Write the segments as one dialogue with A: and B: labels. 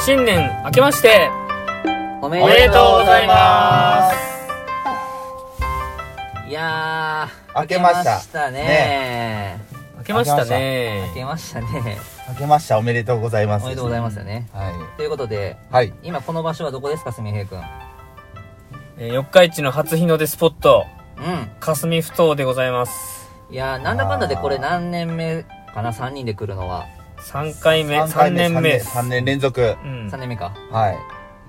A: 新年明けまして
B: おめ
A: おめでとうございます
B: いやー
C: 明けました
B: 明ね
A: 明けましたね
B: 明けましたね
C: 明けましたおめでとうございます
B: おめでとうございますよね
C: は
B: ということで
C: い、はい、
B: 今この場所はどこですかすみへいくん
A: えー四日市の初日の出スポット
B: う
A: 霞ふ頭でございます
B: んいやーなんだかんだでこれ何年目かな3人で来るのは
A: 3回目
C: 三
A: 3
C: 回目
A: 年目です
C: 3年連続
A: うん
B: 3年目か
C: はい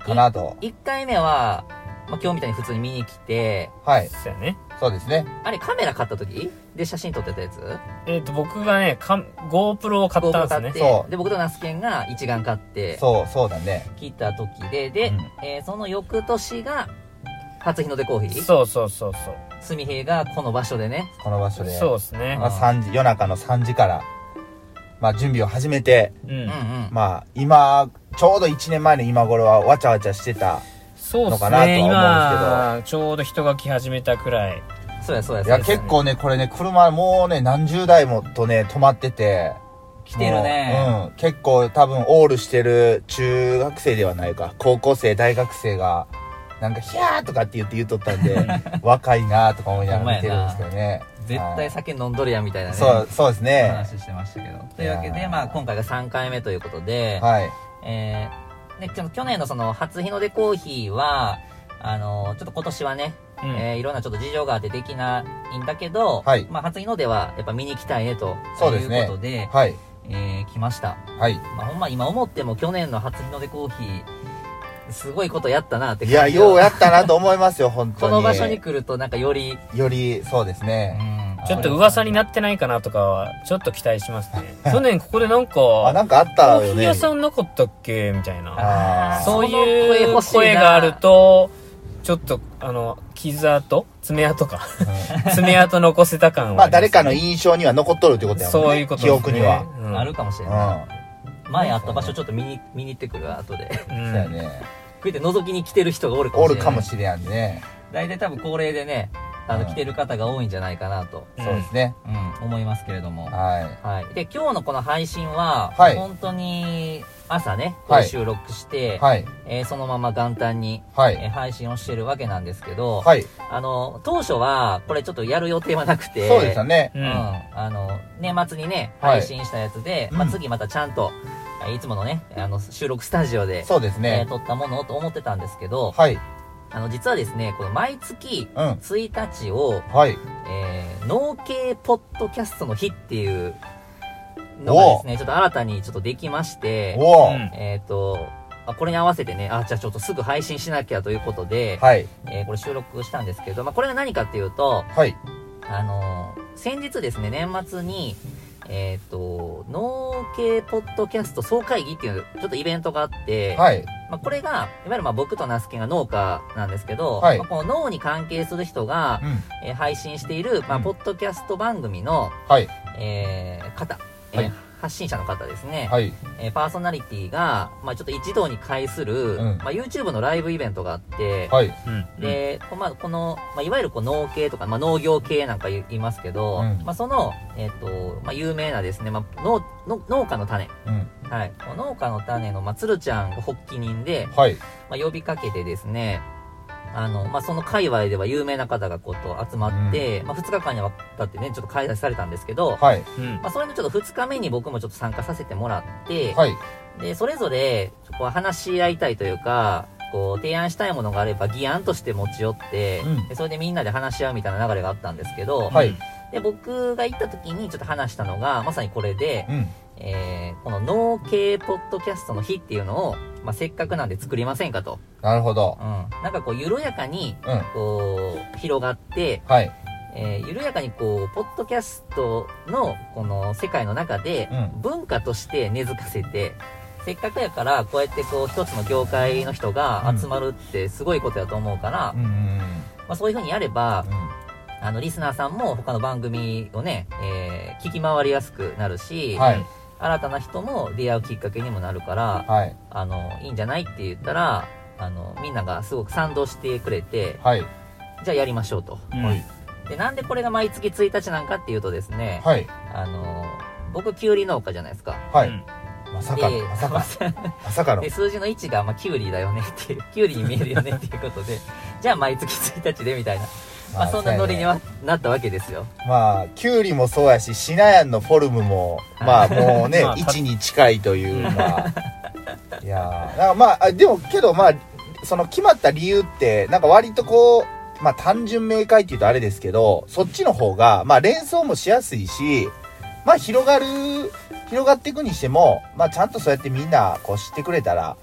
C: かなと
B: 1回目は、まあ、今日みたいに普通に見に来て
C: はい
A: そうやね
C: そうですね
B: あれカメラ買った時で写真撮ってたやつ
A: えっ、と僕がねかん GoPro を買ったんですね
B: 僕が買って
C: そう
B: で僕とナスケンが一眼買って
C: そうそうだね
B: 来た時でで、
C: うん
B: えーその翌年が初日の出コーヒー
A: そうそうそうそう
B: 純平がこの場所でね
C: この場所で
A: そうですね
C: まあ、3時夜中の3時から、まあ、準備を始めて
A: う
B: うんんうん
C: まあ今ちょうど1年前の今頃はわちゃわちゃしてた
A: そうで
C: の
A: す
C: かなとは思うんですけ
A: ね
C: ど
A: 今ちょうど人が来始めたくらい
B: そうやそうや
C: い
B: そう
C: や
B: や
C: 結構ねこれね車もうね何十台もとね止まってて
B: 来てるね
C: もううん結構多分オールしてる中学生ではないか高校生大学生がなんか「ヒャー!」とかって言って言っとったんで若いなとか思いながら見てるんですけどね
B: 絶
C: は
B: 対
C: い
B: 酒飲んどるやんみたいなね
C: そうそうですね
B: 話してましたけどというわけ
C: い
B: で
C: やー
B: まあ今回が3回目ということで、
C: はい
B: えー、でちょ去年のその初日の出コーヒーはあのーちょっと今年はね、
A: うん、
B: えーいろんなちょっと事情があってできないんだけど、
C: はい
B: まあ、初日の出はやっぱ見に行きたいねと
C: そうですね
B: いうことで、
C: はい
B: えー来ました
C: はい
B: まあ、ほんま今思っても去年の初日の出コーヒー、すごいことやったなって
C: い
B: 感じ
C: や
B: が
C: ようやったなと思いますよ本当
B: こ
C: に
B: の場所に来るとなんかより、
C: よりそうですね
A: ちょっと噂に
B: な
A: なってないかなとかはちょっと期待します ね去年ここでなんか
C: あなんかあっ
A: コ
C: た
A: ー
C: よ
A: ヒー
C: ね
A: 屋さんなかったっけみたいな
C: あー
A: そう
B: その声
A: いう
B: 欲しいな
A: 声があるとちょっとあの傷跡爪痕か爪痕残せた感は
C: まあ
A: りすね
C: 誰かの印象には残っとるってことやもんね
A: そういうこと
C: 記憶には
A: うん
B: あるかもし
C: う
B: れ
C: ん
B: ない。
C: そ
B: 前あった場所ちょっと見に、見に行ってくるわ、後で。
A: う
C: うんやね
B: こうやって覗きに来てる人がおるかも
C: お
B: しれ
C: る
B: ない。
C: かもしれんね
B: 大体多分高齢でね、あの、
C: うん
B: 来てる方が多いんじゃないかなと、
A: うん
C: そうですね
B: うん、思いますけれども。
C: はい
B: はい。で、今日のこの配信は、
C: はい
B: 本当に朝ね、こ
C: は
B: れ
C: い
B: 収録して、
C: はい
B: えーそのまま元旦に、
C: は
B: えー
C: い
B: 配信をしてるわけなんですけど、
C: はい
B: あの、当初は、これちょっとやる予定はなくて、
C: そうでしたね
B: うん。
A: うん
B: あの、年末にね、
C: はい
B: 配信したやつで、
C: うん
B: まあ、次またちゃんと、いつものね、あの、収録スタジオで、
C: そうです
B: え
C: ね
B: ー撮ったものをと思ってたんですけど、
C: はい
B: あの、実はですね、この毎月、
C: うん
B: 1日を、
C: はい
B: えー、農系ポッドキャストの日っていうのがですね、ちょっと新たにちょっとできまして、
C: おお
A: うん
B: えっ、と、あこれに合わせてね、あ、じゃあちょっとすぐ配信しなきゃということで、
C: はい
B: えーこれ収録したんですけど、まあ、これが何かっていうと、
C: はい
B: あのー先日ですね、年末に、えっ、と、農系ポッドキャスト総会議っていう、ちょっとイベントがあって、
C: はい
B: まあ、これが、いわゆるまあ僕とナスケが農家なんですけど、
C: はい
B: まあこの脳に関係する人が
C: う、ん
B: えー配信している、まあ、
C: うん
B: ポッドキャスト番組の、
C: はい
B: えー方、えー
C: はい
B: 発信者の方ですね、
C: はい
B: えーパーソナリティが、まあ、ちょっと一堂に会する、
C: うん
B: まあ、YouTube のライブイベントがあって、
C: はい
A: うん
B: で、こまあ、この、まあ、いわゆるこう農系とか、まあ、農業系なんか言いますけど、
C: うん
B: まあ、その、えっ、と、まあ、有名なですね、まあ、農農農家の種。
C: うん
B: はい。この農家の種の、まあ、鶴ちゃんが発起人で、
C: はい
B: まあ、呼びかけてですね、あの、まあ、その界隈では有名な方がこうと集まって、まあ、2日間にわたってね、ちょっと開催されたんですけど、
C: はい
A: うん
B: まあ、それのちょっと2日目に僕もちょっと参加させてもらって、
C: はい
B: で、それぞれ、こう話し合いたいというか、こう、提案したいものがあれば、議案として持ち寄って、
C: うん
B: でそれでみんなで話し合うみたいな流れがあったんですけど、
C: はい
B: で、僕が行った時にちょっと話したのが、まさにこれで、
C: うん
B: えーこの農系ポッドキャストの日っていうのを、まあ、せっかくなんで作りませんかと。
C: なるほど
B: うん。なんかこう、緩やかに、
C: うん
B: こう、広がって、
C: はい
B: えー緩やかにこう、ポッドキャストの、この世界の中で
C: う、
B: 文化として根付かせて、せっかくやから、こうやってこう、一つの業界の人が集まるってすごいことやと思うから、
C: うんうん
B: まあ、そういうふうにやれば
C: う、ん
B: あの、リスナーさんも他の番組をね、えー聞き回りやすくなるし、
C: はい
B: 新たな人も出会うきっかけにもなるから、
C: はい
B: あの、いいんじゃないって言ったら、あの、みんながすごく賛同してくれて、
C: はい
B: じゃあやりましょうと。
A: うん
C: はい
B: で、なんでこれが毎月1日なんかっていうとですね、
C: はい
B: あの、僕、キュウリ農家じゃないですか。
C: はい
A: うん
C: まさかの
B: で
C: まさかまさ かの
B: で数字の1が、まあ、キュウリだよねっていう キュウリに見えるよねっていうことで じゃあ毎月1日でみたいな、まあ、そんなノリにはなったわけですよ
C: まあキュウリもそうやしシナヤンのフォルムもまあもうね
A: まあ
C: 位置に近いというか いやーなんかまああでもけどまあその決まった理由ってなんか割とこうまあ単純明快っていうとあれですけどそっちの方がまあ連想もしやすいしまあ広がる広がっていくにしてもまあちゃんとそうやってみんなこう知ってくれたら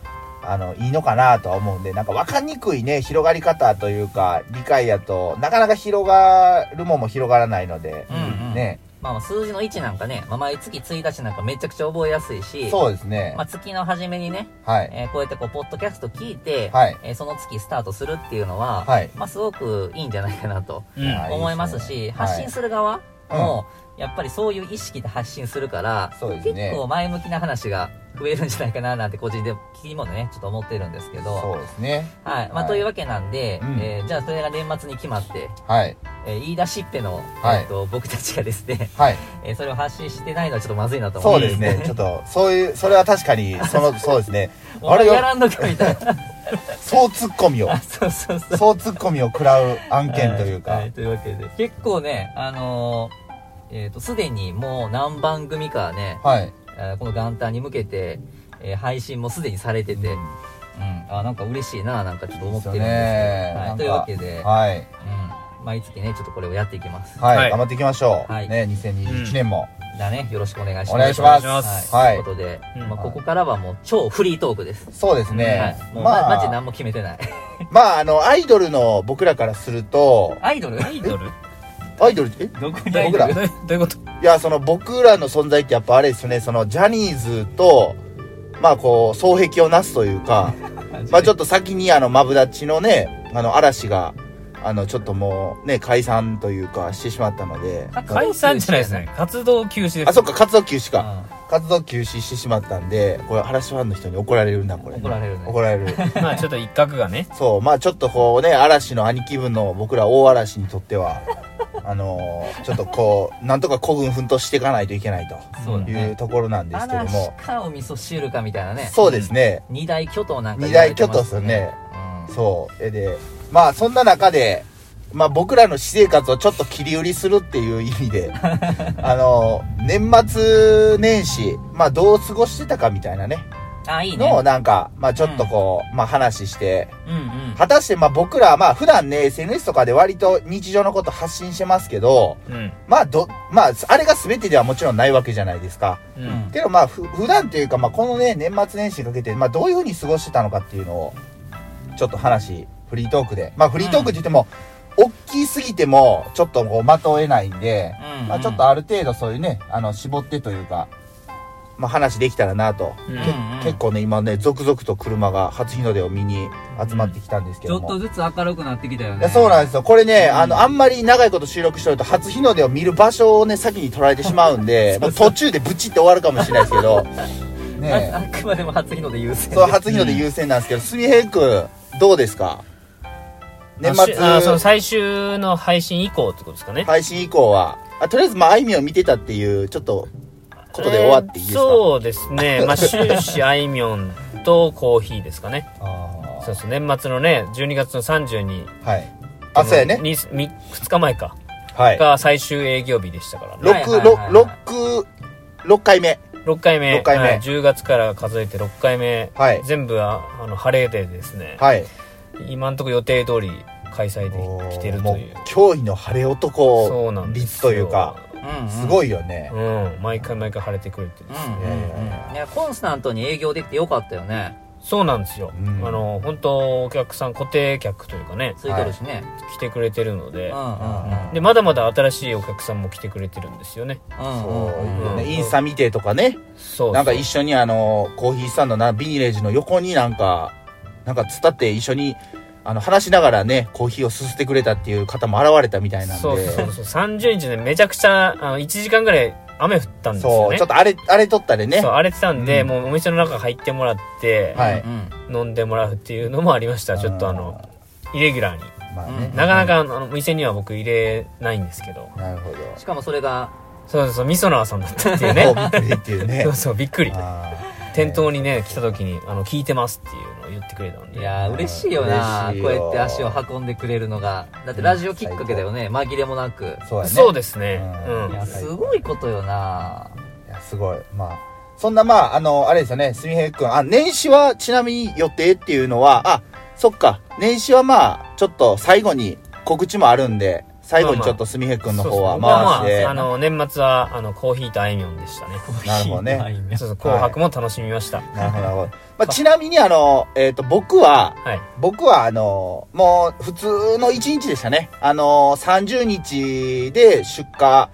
C: あのいいのかなとは思うんでなんか分かりにくいね広がり方というか理解やとなかなか広がるもんも広がらないので、
A: うん
C: ね
B: まあまあ数字の1なんかね、まあ、毎月1日なんかめちゃくちゃ覚えやすいし
C: そうですね、
B: まあ、月の初めにね、
C: はい
B: えーこうやってこうポッドキャスト聞いて、
C: はい
B: えーその月スタートするっていうのは、
C: はい
B: まあ、すごくいいんじゃないかなと
A: うん
C: はい
B: 思いますし
C: いいですね
B: 発信する側も、やっぱりそういう意識で発信するから、
C: そうですね
B: 結構前向きな話が増えるんじゃないかななんて個人で聞きもねちょっと思ってるんですけど
C: そうですね
B: はいま
C: は
B: あ、
C: い
B: というわけなんで、
C: うん
B: えーじゃあそれが年末に決まって、
C: はい
B: えー言い出しっぺの、
C: はい
B: えー、と僕たちがですね、
C: はい
B: えーそれを発信してないのはちょっとまずいなと思
C: そううですねちょっとそういうそれは確かにそのそうですね
B: お
C: あれ
B: 前や
C: が
B: らんのかみた いな
C: そうツッコミを
B: あそうそうそう
C: そうツッコミを食らう案件というか、
B: ははというわけで結構ねあのーえっ、とすでにもう何番組かね、
C: はい
B: えーこの元旦に向けて、えー配信もすでにされてて、うんあなんか嬉しいななんかちょっと思ってるんですけど
C: ですよ
B: は、
C: ねないんか
B: というわけで、
C: はい
B: うん、毎月ねちょっとこれをやっていきます、
C: はい、
A: はい
C: 頑張っていきましょう、
B: はい
C: ね2021年も、
B: だねよろしくお願いします
C: お願いします
A: お願いします
B: はい
C: はい
B: ということで、
A: うん
B: まあ、ここからはもう超フリートークです、
C: そうです
B: は
C: ね
B: い、、もう
C: ま
B: まマジ
C: あ
B: 何も決めてない
C: まああのアイドルの僕らからすると
B: アイドル
A: アイドル
C: アイドルえ
B: どこ
C: に僕
A: ど
C: ら
A: ういうどういうこと
C: いや、その僕らの存在ってやっぱあれですよね、そのジャニーズと、まあこう、双璧をなすというか、 まあちょっと先にあの、マブダチのね、あの、嵐が、あの、ちょっともうね、解散というかしてしまったので、
A: 解散じゃないですね活動休止で
C: あ、
A: す
C: そっか、活動休止か。
B: か
C: 活動休止してしまったんで、これ、嵐ファンの人に怒られるな、これ。
B: 怒られるね
C: 怒られる。
A: まあちょっと一角がね
C: そう、まあちょっとこうね、嵐の兄貴分の僕ら大嵐にとっては、あのーちょっとこう、なんとか孤軍奮闘していかないといけない
B: そうだ
C: と
B: ね
C: いうところなんですけども
B: 嵐。かお味噌汁かみたいなね
C: そうですね。
B: 二大巨頭なんか
C: 二大巨頭ですよ
B: 言わ
C: ね
B: れてますね
C: そう。えで、まあそんな中で、まあ僕らの私生活をちょっと切り売りするっていう意味 で、あの、年末年始、まあどう過ごしてたかみたいなね、
B: うんあいいね
C: のをなんか、まあちょっとこう、まあ話して、
B: うんうん
C: 果たしてまあ僕ら、まあ普段ね、SNS とかで割と日常のこと発信してますけど、
A: うん
C: まあど、まああれが全てではもちろんないわけじゃないですか。
A: う
B: うん
A: ん
C: けどまあふ普段っていうかまあこのね年末年始にかけてまあどういうふうに過ごしてたのかっていうのをちょっと話フリートークでまあフリートークって言っても、大きすぎてもちょっとこうまとえないんで、
B: うんうん
C: まあ、ちょっとある程度そういうねあの絞ってというか、まあ、話できたらなと、
A: うん
C: け
B: うんうん
C: 結構ね今ね続々と車が初日の出を見に集まってきたんですけ
B: ちょ
C: ど
B: っ
C: も、
B: とずつ明るくなってきたよ
C: い
B: ね
C: やそうなんですよ。これね、
B: うん
C: あの、あんまり長いこと収録してると、初日の出を見る場所をね、先に取られてしまうんで、もう途中でブチって終わるかもしれないですけど、ね
B: ああくまでも初日の出優先
C: え、そう、初日の出優先なんですけど、すみへいくん、どうですか年末
A: あしあその最終の配信以降ってことですかね
C: 配信以降は、あ、とりあえず、まあ、あいみょん見てたっていう、ちょっと、ことで終わっていいですか、
A: えーそうですねまあ終始あいみょんとコーヒーですかね
C: あ
A: そうそう年末のね12月の30に
C: ーはい。あ、そうやね。
A: にみ2日前か
C: はい。
A: が最終営業日でしたからね
B: はいはい
C: 六
B: はい
C: 六
B: はい
C: 六六回目。
A: 6回目
C: 六回目
A: はい10月から数えて6回目、
C: はい
A: 全部ああの晴れでですね、
C: はい。
A: 今んとこ予定通り開催できてる
C: も
A: と
C: う
A: いう、
C: 驚異の晴れ
A: そうな
C: 男
A: んです
C: 率というか、
B: うんうん
C: すごいよね。
A: うん毎回毎回晴れてくれてる
B: うん
A: です
B: う
A: ね、
B: んうんいやコンスタントに営業できてよかったよね
A: そうなんですよ、
C: うん
A: あの本当お客さん固定客というかね
B: ついてるしね
A: 来てくれてるの
B: う
A: で
B: ん、うん
A: でまだまだ新しいお客さんも来てくれてるんですよね
B: うん
C: そう
B: うん
C: いううん
A: ん
C: ね、インスタ見てとかね
A: そうそう
C: なんか一緒にあのコーヒースタンドなビニレージの横になんかなんか伝って一緒にあの話しながらねコーヒーをすすってくれたっていう方も現れたみたいなんで
A: そうそうそう30日ねめちゃくちゃあの1時間ぐらい雨降ったんです
C: そ
A: よ
C: う
A: ね
C: ちょっとあれあれ撮ったでね
A: そう荒れてたんで、
C: うん
A: もうお店の中入ってもらって、
C: はい
B: うん
A: 飲んでもらうっていうのもありましたちょっとあのイレギュラーに
C: まあね
B: うん
A: なかなかあのあの店には僕入れないんですけど
C: なるほど
B: しかもそれが
A: そうそうそう味噌のさんだったっていうね
C: こう見てるっていうね
A: そうそうびっくり
C: あ
A: 店頭にね来た時にあの聞いてますっていうのを言ってくれたん
B: い
A: で
B: やー嬉しいよな
C: 嬉しい
B: こ
C: よ
B: うやって足を運んでくれるのがだってラジオきっかけだよね紛れもなく
C: そうやね
A: そうですね
C: う
A: うんん、
B: いやすごいことよない
C: やすごいまあそんなまああのあれですよねすみへいくんあ年始はちなみに予定っていうのはあそっか年始はまあちょっと最後に告知もあるんで最後にちょっとすみへいくんの方は
A: まあ、
C: 回
A: 僕
C: して、
A: はまあ、あの年末はあのコーヒーとあいみょんでしたね
C: なるほどね
B: いいな
A: そうそう紅白も楽しみました、
C: なるほどなるほど、まあ、ちなみにあのえっ、と僕は
A: はい
C: 僕はあのもう普通の一日でしたねあの30日で出荷、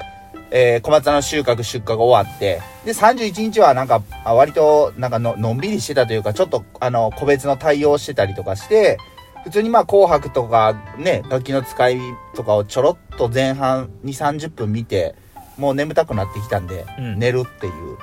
C: えー小松菜の収穫出荷が終わってで31日はなんかあ割となんかののんびりしてたというかちょっとあの個別の対応してたりとかして普通にまあ「紅白」とかね「楽器の使い」とかをちょろっと前半2 3 0分見てもう眠たくなってきたんで、
A: うん
C: 寝るっていう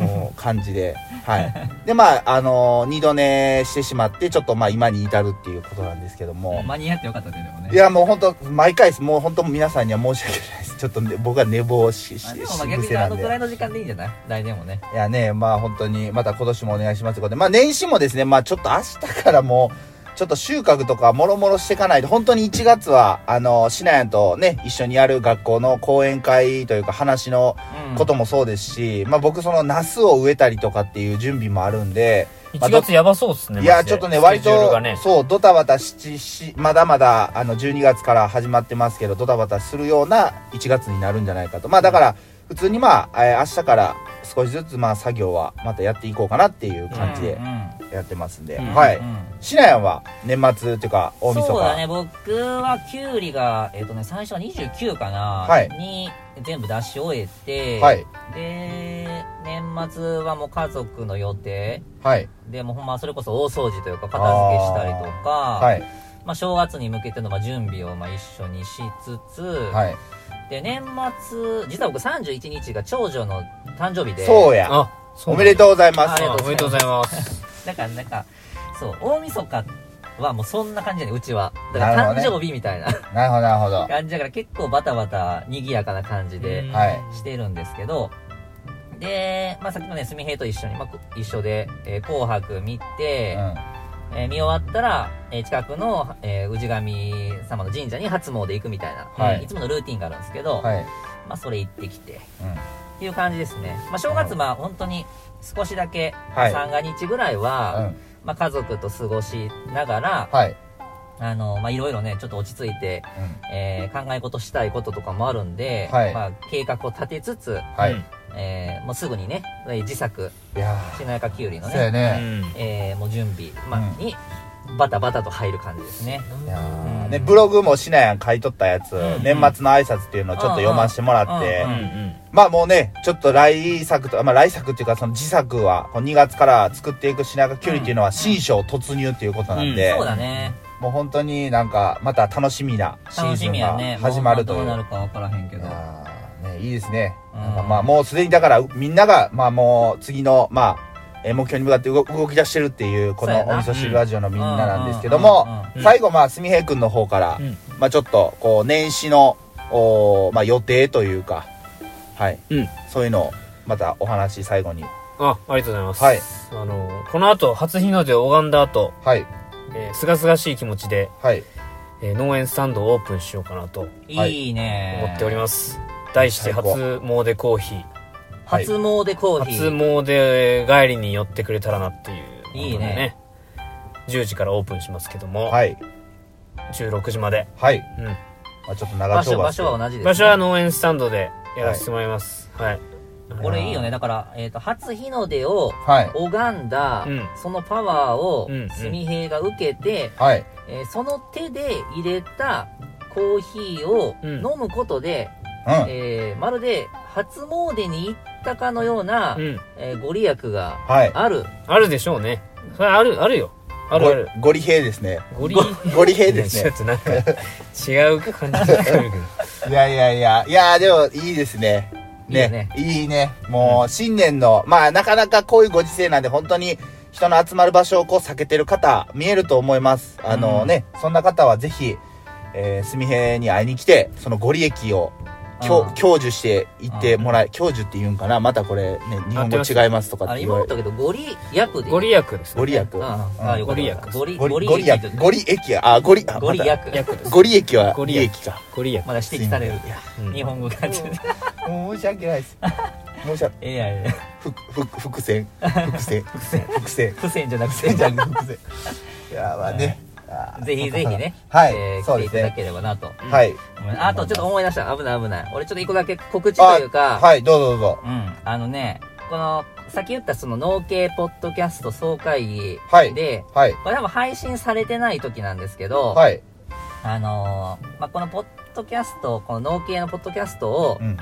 C: もう感じで、はい。で、まあ、あの二度寝してしまって、ちょっとまあ、今に至るっていうことなんですけども。
D: 間に合ってよかったですよね
C: いや、もう本当毎回です。もう本当皆さんには申し訳ないです。ちょっとね、僕は寝坊し、し、
B: まあ
C: し
B: でもまあ
C: し
B: 逆
C: 癖
B: にあ
C: なん
B: のぐらい
C: で。
B: の時間でいいんじゃない来年もね
C: いやね、まあ本当に、また今年もお願いしますということで、まあ年始もですね、まあちょっと明日からもう、ちょっと収穫とかもろもろしていかないと、本当に1月は、あの、シナヤンとね、一緒にやる学校の講演会というか話のこともそうですし、まあ僕そのナスを植えたりとかっていう準備もあるんで、まあ
A: 1月やばそうですね
C: いや
A: マジ
C: ち
A: で
C: ょっとね割
A: スケジュール
C: と、
A: がね
C: そうドタバタししまだまだあの12月から始まってますけどドタバタするような1月になるんじゃないかとまあだから普通にまあ、えー明日から少しずつまあ作業はまたやっていこうかなっていう感じでやってますんで、
A: うん
C: はい、
D: うん
C: シナヤンは年末っていうか大晦日
B: そうだね僕はキュウリがえっ、とね最初は29かな、
C: はい
B: に全部出し終えて、
C: はい
B: で年末はもう家族の予定
C: はい
B: でもうほんまそれこそ大掃除というか片付けしたりとか、
C: はい
B: まあ、正月に向けてのまあ準備をまあ一緒にしつつ、
C: はい
B: で年末実は僕31日が長女の誕生日で
C: そうや
A: あそう
C: お
A: なんだ
C: めでとうございま
A: あ
C: す
B: ありが
A: おめでとうございます
B: だからなんかそう大晦日はもうそんな感じだねうちはだから
C: なるほ
B: 誕
C: ど
B: 生日みたいな
C: なるほどなるほど
B: 感じだから結構バタバタ賑やかな感じで
C: はい
B: してるんですけど、で、まあ、さっきのね、すみへいと一緒に、まあこ、一緒で、えー紅白見て、えー見終わったら、えー近くの、えー氏神様の神社に初詣行くみたいな、
C: はい
B: いつものルーティンがあるんですけど、
C: うんはい
B: まあ、それ行ってきて、
C: うん
B: っていう感じですね。まあ、正月、まあ、本当に少しだけ、
C: はい
B: 三が日ぐらいは、
C: うん
B: まあ、家族と過ごしながら、
C: はい
B: あの、まあ、いろいろね、ちょっと落ち着いて、
C: うん
B: えー考え事したいこととかもあるんで、
C: はい
B: まあ、計画を立てつつ、
C: はい、
A: うん
B: えーもうすぐにね、えー自作、
C: いや
B: しなやかきゅうり
C: ー
B: の
C: そうや
B: ね、
A: う
C: ね、
A: ん
B: えーもう準備、まあ
C: うん
B: に、バタバタと入る感じですね。
C: いやー
B: うん
C: ね、ブログもしなやん書いとったやつ、
B: ん
C: 年末の挨拶っていうのをちょっと読ませてもらって、
A: うん
C: まあもうね、ちょっと来作と、まあ来作っていうかその自作は、この2月から作っていく品川きゅうりっていうのは新章突入っていうことなんで、
B: そうだね。
C: もう本当になんかまた楽しみなシー
B: 楽
C: ズ
B: し
C: ン
B: みや
C: が
B: ね。
C: 始まると
B: ど
C: いう
B: なる
C: う。
B: かわからへんけ
C: い
B: ど。
C: やーねいいですね。
B: うん
C: なんかまあもうすでにだからみんなが、まあもう次の、まあ、えー目標に向かって動動き出してるっていう、こ
B: そう
C: の
B: や
C: お
B: な
C: 味噌汁ラジオのみんななんですけども、
B: うんうんうんうん
A: うん
C: 最後、まあ、すみへいくんの方から、
A: うん
C: まあ、ちょっと、こう、年始の、おーまあ、予定というか、はい。
A: うん
C: そういうのを、またお話、最後に。
A: あありがとうございます、
C: はい
A: あのこの後初日の出を拝んだ後
C: はい。
A: えーすがすがしい気持ちで、
C: はい。
A: えー農園スタンドをオープンしようかなと
C: はい
B: いいね。
A: 思っております、題して
C: 最
A: 初
C: 高
A: 詣コーヒー
C: はい
B: 初詣コーヒ
A: 初
B: ー。
A: 詣帰りに寄ってくれたらなっていうことで
B: いいね
A: 10時からオープンしますけども、
C: はい。
A: 16時まで、
C: はい。
A: うん
C: まあ、ちょっと長
B: 場
C: 丁
B: 所、
C: 場
B: 場
C: して
B: 所は同じです、ね。
A: 場所は農園スタンドでやらせてもらいますはい、
B: これいいよね。だから、えっ、と、初日の出を
C: はい。
B: 拝んだ、
A: うん
B: そのパワーを
A: うんうん、
B: すみへいが受けて、
C: はい。
B: えーその手で入れたコーヒーを
A: うん
B: 飲むことで、
C: うん。
B: えーまるで初詣に行ったかのような、
A: うん
B: えーご利益が
C: はい。
B: ある。
A: あるでしょうねそれあるあるよあるある
C: ごゴリ兵ですね。
A: ゴリ
C: ゴリ兵です
A: ちょ
C: ね
A: っ。となんか違う感じがするけど
C: いやいやいや。いやーでも、いいですね。ね。いいね。もう、新年の、まあ、なかなかこういうご時世なんで、本当に、人の集まる場所をこう避けてる方、見えると思います。あのね、そんな方はぜひ、えー、すみへに会いに来て、そのご利益を享
B: うん
C: 享受していってもらい享受って言うんかなまたこれね日本語違いますとか
B: あ
C: っ
B: れ
C: て
B: 今
C: 言わ
B: 思
C: れ
B: った
C: て
B: けどご利益 で
A: ご利益です
C: ご
A: ね
C: 利益
B: うんああよかったよかった
A: ご
B: ご利
C: ご
B: ご利
C: 利ご
B: 益
C: 利益ご利益やあご利あ
B: ご利益
C: ま
A: 役で
C: た
A: す
C: ご利益は
A: ご利
C: 利
A: 益
C: 益か
A: ご利益
B: まだ指摘される
C: いや
A: うん
B: 日本語がちょっと
C: もう申し訳ないです 申し訳
B: いやいや
C: ふふ伏線伏線伏線伏線
B: 不線じゃなく
C: 伏
B: て
C: 線じゃなく伏線いやまあねあー
B: ぜひぜひね、
C: はい
B: えー
C: そう
B: 来てい
C: です
B: ただ
C: ね
B: ければなと。
A: ん
C: はい
B: あとちょっと思い出した。危ない危ない。俺ちょっと一個だけ告知というか、
C: はいどうぞどうぞ
B: うん、あのね、この、さっき言ったその農系ポッドキャスト総会議
C: はい
B: で、
C: はい
B: これ多分配信されてない時なんですけど、
C: はい
B: あのーまあ、このポッドキャスト、この農系のポッドキャストを
C: う、ん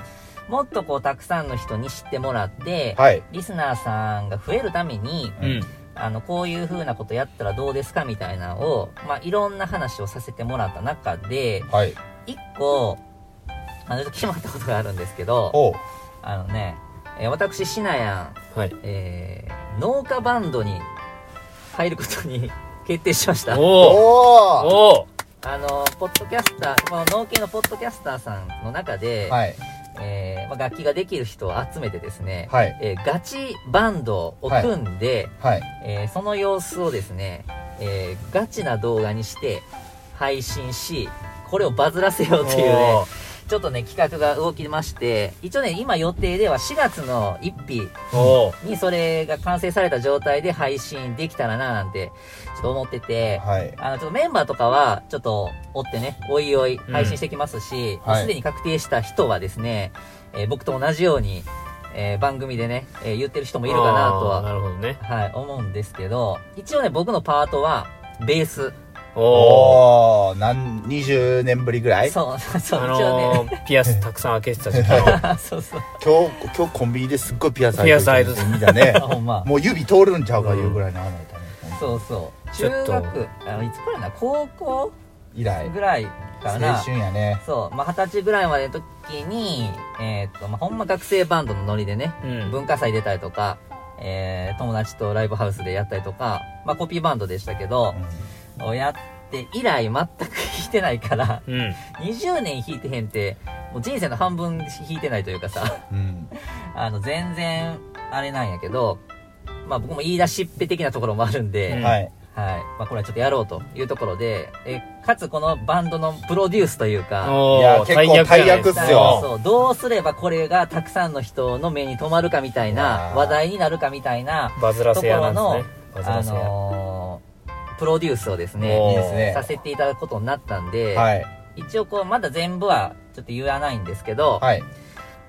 B: もっとこう、たくさんの人に知ってもらって、
C: はい
B: リスナーさんが増えるために、
A: うん
B: あの、こういう風なことやったらどうですかみたいなのを、まあ、いろんな話をさせてもらった中で、
C: はい
B: 一個、あの、ちょっと決まったことがあるんですけど、
C: おう
B: あのね、えー私、シナヤン、
A: はい
B: えー、農家バンドに入ることに決定しました。
A: おお
C: おお
A: お
B: あの、ポッドキャスター、この農系のポッドキャスターさんの中で、
C: はい
B: えーまあ、楽器ができる人を集めてですね、
C: はい
B: えーガチバンドを組んで、
C: はい
B: えーその様子をですね、えーガチな動画にして配信し、これをバズらせようというね、ちょっとね、企画が動きまして、一応ね、今予定では4月の1日
A: お
B: にそれが完成された状態で配信できたらななんて、ちょっと思ってて、
C: はい
B: あの、ちょっとメンバーとかは、ちょっと追ってね、おいおい
A: うん
B: 配信してきますし、
C: はい
B: すでに確定した人はですね、えー僕と同じように、えー番組でね、えー言ってる人もいるかなとは
A: なるほどね
B: はい、思うんですけど、一応ね、僕のパートは、ベース。
A: おお
C: おお何20年ぶりぐらい
B: そう、 そう、
A: あ
B: 一応ね。
A: のーピアスたくさん開けてた時期の
B: そうそう。
C: 今日今日コンビニですっごいピアス
A: ピアス開いて
C: 見たね
B: あ、ほんま。
C: もう指通るんちゃうかいうぐらいの穴だったね
B: そうそう。
A: ちょ
B: 中
A: っと
B: 学、あのいつくらいな、高校
C: 以来
B: ぐらいか
C: 青
B: な。
C: 春やね
B: そう、まあ、二十歳ぐらいまでの時に、えーっと、まあ、ほんま学生バンドのノリでね、
A: うん
B: 文化祭出たりとか、えー友達とライブハウスでやったりとか、まあ、コピーバンドでしたけど、をやって以来全く弾いてないから、
A: うん
B: 20年弾いてへんって、もう人生の半分弾いてないというかさ、
C: うんうん
B: あの、全然、あれなんやけど、まあ僕も言い出しっぺ的なところもあるんで、
A: うん
B: はい。
C: はい
B: まあこれはちょっとやろうというところで、え、かつこのバンドのプロデュースというか、
A: お
C: いや結構
A: じゃない
C: 大役っすよ
B: そう、どうすればこれがたくさんの人の目に留まるかみたいう
C: わ
B: な、
C: ー
B: 話題になるかみたいな、
A: バズらせ屋なんですねバズ
B: あ
A: らせ屋、
B: のープロデュースをです
A: おー
B: ね、
C: いいですね
B: させていただくことになったんで、
C: はい
B: 一応こう、まだ全部はちょっと言わないんですけど、
C: はい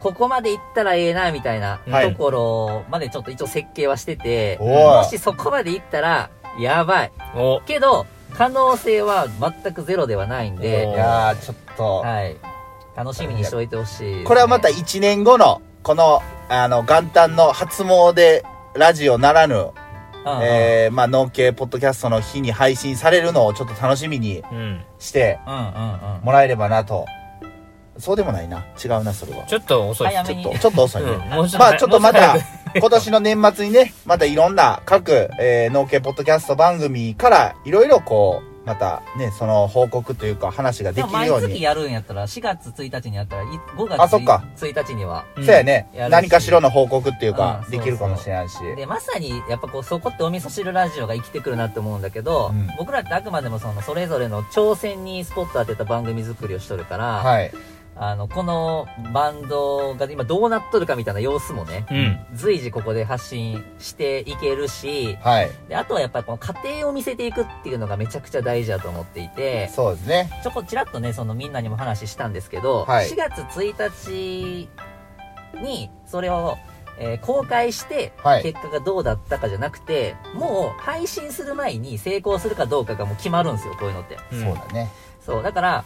B: ここまで行ったらええな、みたいな
A: はい
B: ところまでちょっと一応設計はしてて、
C: おい
B: もしそこまで行ったら、やばい。
A: お
B: けど、可能性は全くゼロではないん
C: い
B: で、
C: やーちょっと
B: はい。楽しみにしておいてほしいですね、
C: これはまた1年後のこのあの元旦の初詣ラジオならぬ、
B: うんうん、
C: えーまあ、農系ポッドキャストの日に配信されるのをちょっと楽しみに
A: うん
C: して
B: うんうんうん。
C: もらえればなとそうでもないな違うなそれは
A: ちょっと遅いです
B: 早めに
A: ちょっ
C: ちょっと遅いね、
A: うんもうちょっと
C: まあちょっとま
A: も
C: た
A: うちょっと
C: 今年の年末にねまたいろんな各、えー農系ポッドキャスト番組からいろいろこうまたねその報告というか話がで
B: で
C: き
B: も
C: る
B: 毎
C: よう
B: 月
C: に
B: やるんやったら、4月1日にやったら、い5月
C: あそっか
B: 1日には。
A: と
C: そうやね、
B: うんやるし
C: 何かしらの報告っていうか、
B: うん
C: できるかもしれないし
B: で、まさに、やっぱこう、そこってお味噌汁ラジオが生きてくるなって思うんだけど、
C: うん
B: 僕らってあくまでもその、それぞれの挑戦にスポット当てた番組作りをしとるから、
C: はい
B: あの、このバンドが今どうなっとるかみたいな様子もね、
A: うん
B: 随時ここで発信していけるし、
C: はい
B: であとはやっぱりこの過程を見せていくっていうのがめちゃくちゃ大事だと思っていて、
C: そうですね
B: ちょこちらっとね、そのみんなにも話したんですけど、
C: はい
B: 4月1日にそれを、えー公開して
C: はい、
B: 結果がどうだったかじゃなくて、もう配信する前に成功するかどうかがもう決まるんですよ、こういうのって。
A: うん
C: そうだね
B: そう、だから、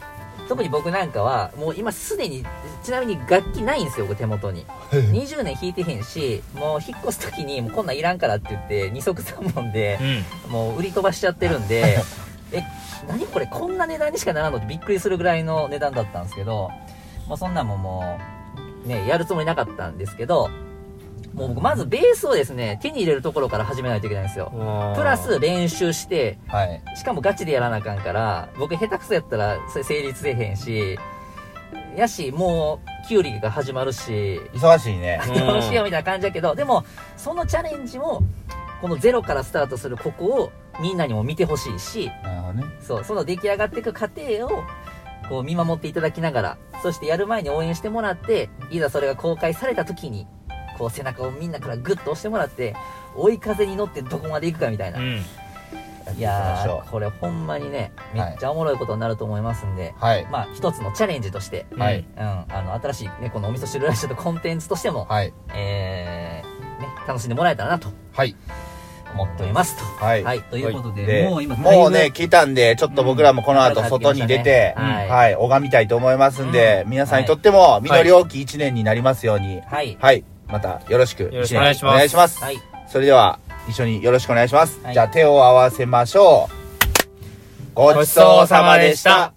B: 特に僕なんかは、もう今すでに、ちなみに楽器ないんですよ、僕手元に。20年弾いてへんし、もう引っ越す時に、もうこんなんいらんからって言って、二足三本で、
A: うん
B: もう売り飛ばしちゃってるんで、え、何これ、こんな値段にしかならんのってびっくりするぐらいの値段だったんですけど、もうそんなんももう、ね、やるつもりなかったんですけど、もう僕まずベースをですね、手に入れるところから始めないといけないんですよ。プラス練習して、
C: はい
B: しかもガチでやらなあかんから、僕下手くそやったらそれ成立せえへんし、やし、も給料が始まるし、
C: 忙しいね。
A: うん
B: どうしようみたいな感じだけど、でも、そのチャレンジも、このゼロからスタートするここをみんなにも見てほしいし、
C: なるほどね。
B: そう、その出来上がっていく過程を、こう見守っていただきながら、そしてやる前に応援してもらって、いざそれが公開された時に、こう背中をみんなからグッと押してもらって、追い風に乗ってどこまで行くかみたいな。
A: うん
C: やっ
B: い
C: ていきま
B: や
C: しょ
B: ー、これほんまにね、めっちゃおもろいことになると思いますんで、
C: う。はい。
B: まあ一つのチャレンジとして、
C: はい
A: うん
B: うん、あの、新しいね、このお味噌汁ラジオのコンテンツとしても、
C: はい。
B: えー、ね、楽しんでもらえたらなと
C: はい。
B: 思っておりますと。
C: は
B: はい、ということで、もう今、
C: もうね、、来たんで、ちょっと僕らもこの後
B: うん
C: 外に出て、
B: うんはい
C: はい、拝みたいと思いますんで、皆さんにとっても、実り多き一年になりますように、
B: はい、
C: はい、またよろしく、
A: よろしく
C: 一年
A: お願いします
C: お願いします。
B: はい、
C: それでは、一緒によろしくお願いします。
B: はい
C: じゃあ、手を合わせましょう。ごちそうさまでした。